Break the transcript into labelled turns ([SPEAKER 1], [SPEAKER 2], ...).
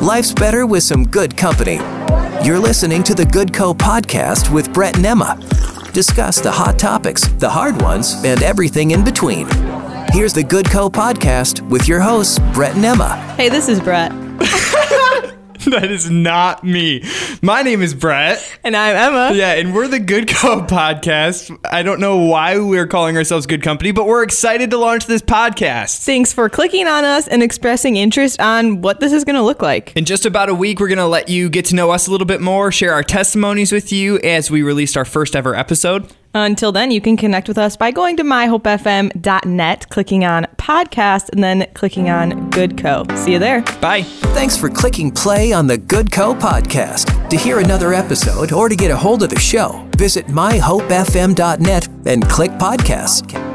[SPEAKER 1] Life's better with some good company. You're listening to the Good Co podcast with Brett and Emma. Discuss the hot topics, the hard ones, and everything in between. Here's the Good Co podcast with your hosts, Brett and Emma.
[SPEAKER 2] Hey, this is Brett.
[SPEAKER 3] That is not me. My name is Brett.
[SPEAKER 2] And I'm Emma.
[SPEAKER 3] Yeah, and we're the Good Co podcast. I don't know why we're calling ourselves Good Company, but we're excited to launch this podcast.
[SPEAKER 2] Thanks for clicking on us and expressing interest on what this is going to look like.
[SPEAKER 3] In just about a week, we're going to let you get to know us a little bit more, share our testimonies with you as we released our first ever episode.
[SPEAKER 2] Until then, you can connect with us by going to myhopefm.net, clicking on podcast, and then clicking on Good Co. See you there.
[SPEAKER 3] Bye.
[SPEAKER 1] Thanks for clicking play on the Good Co podcast. To hear another episode or to get a hold of the show, visit myhopefm.net and click podcasts.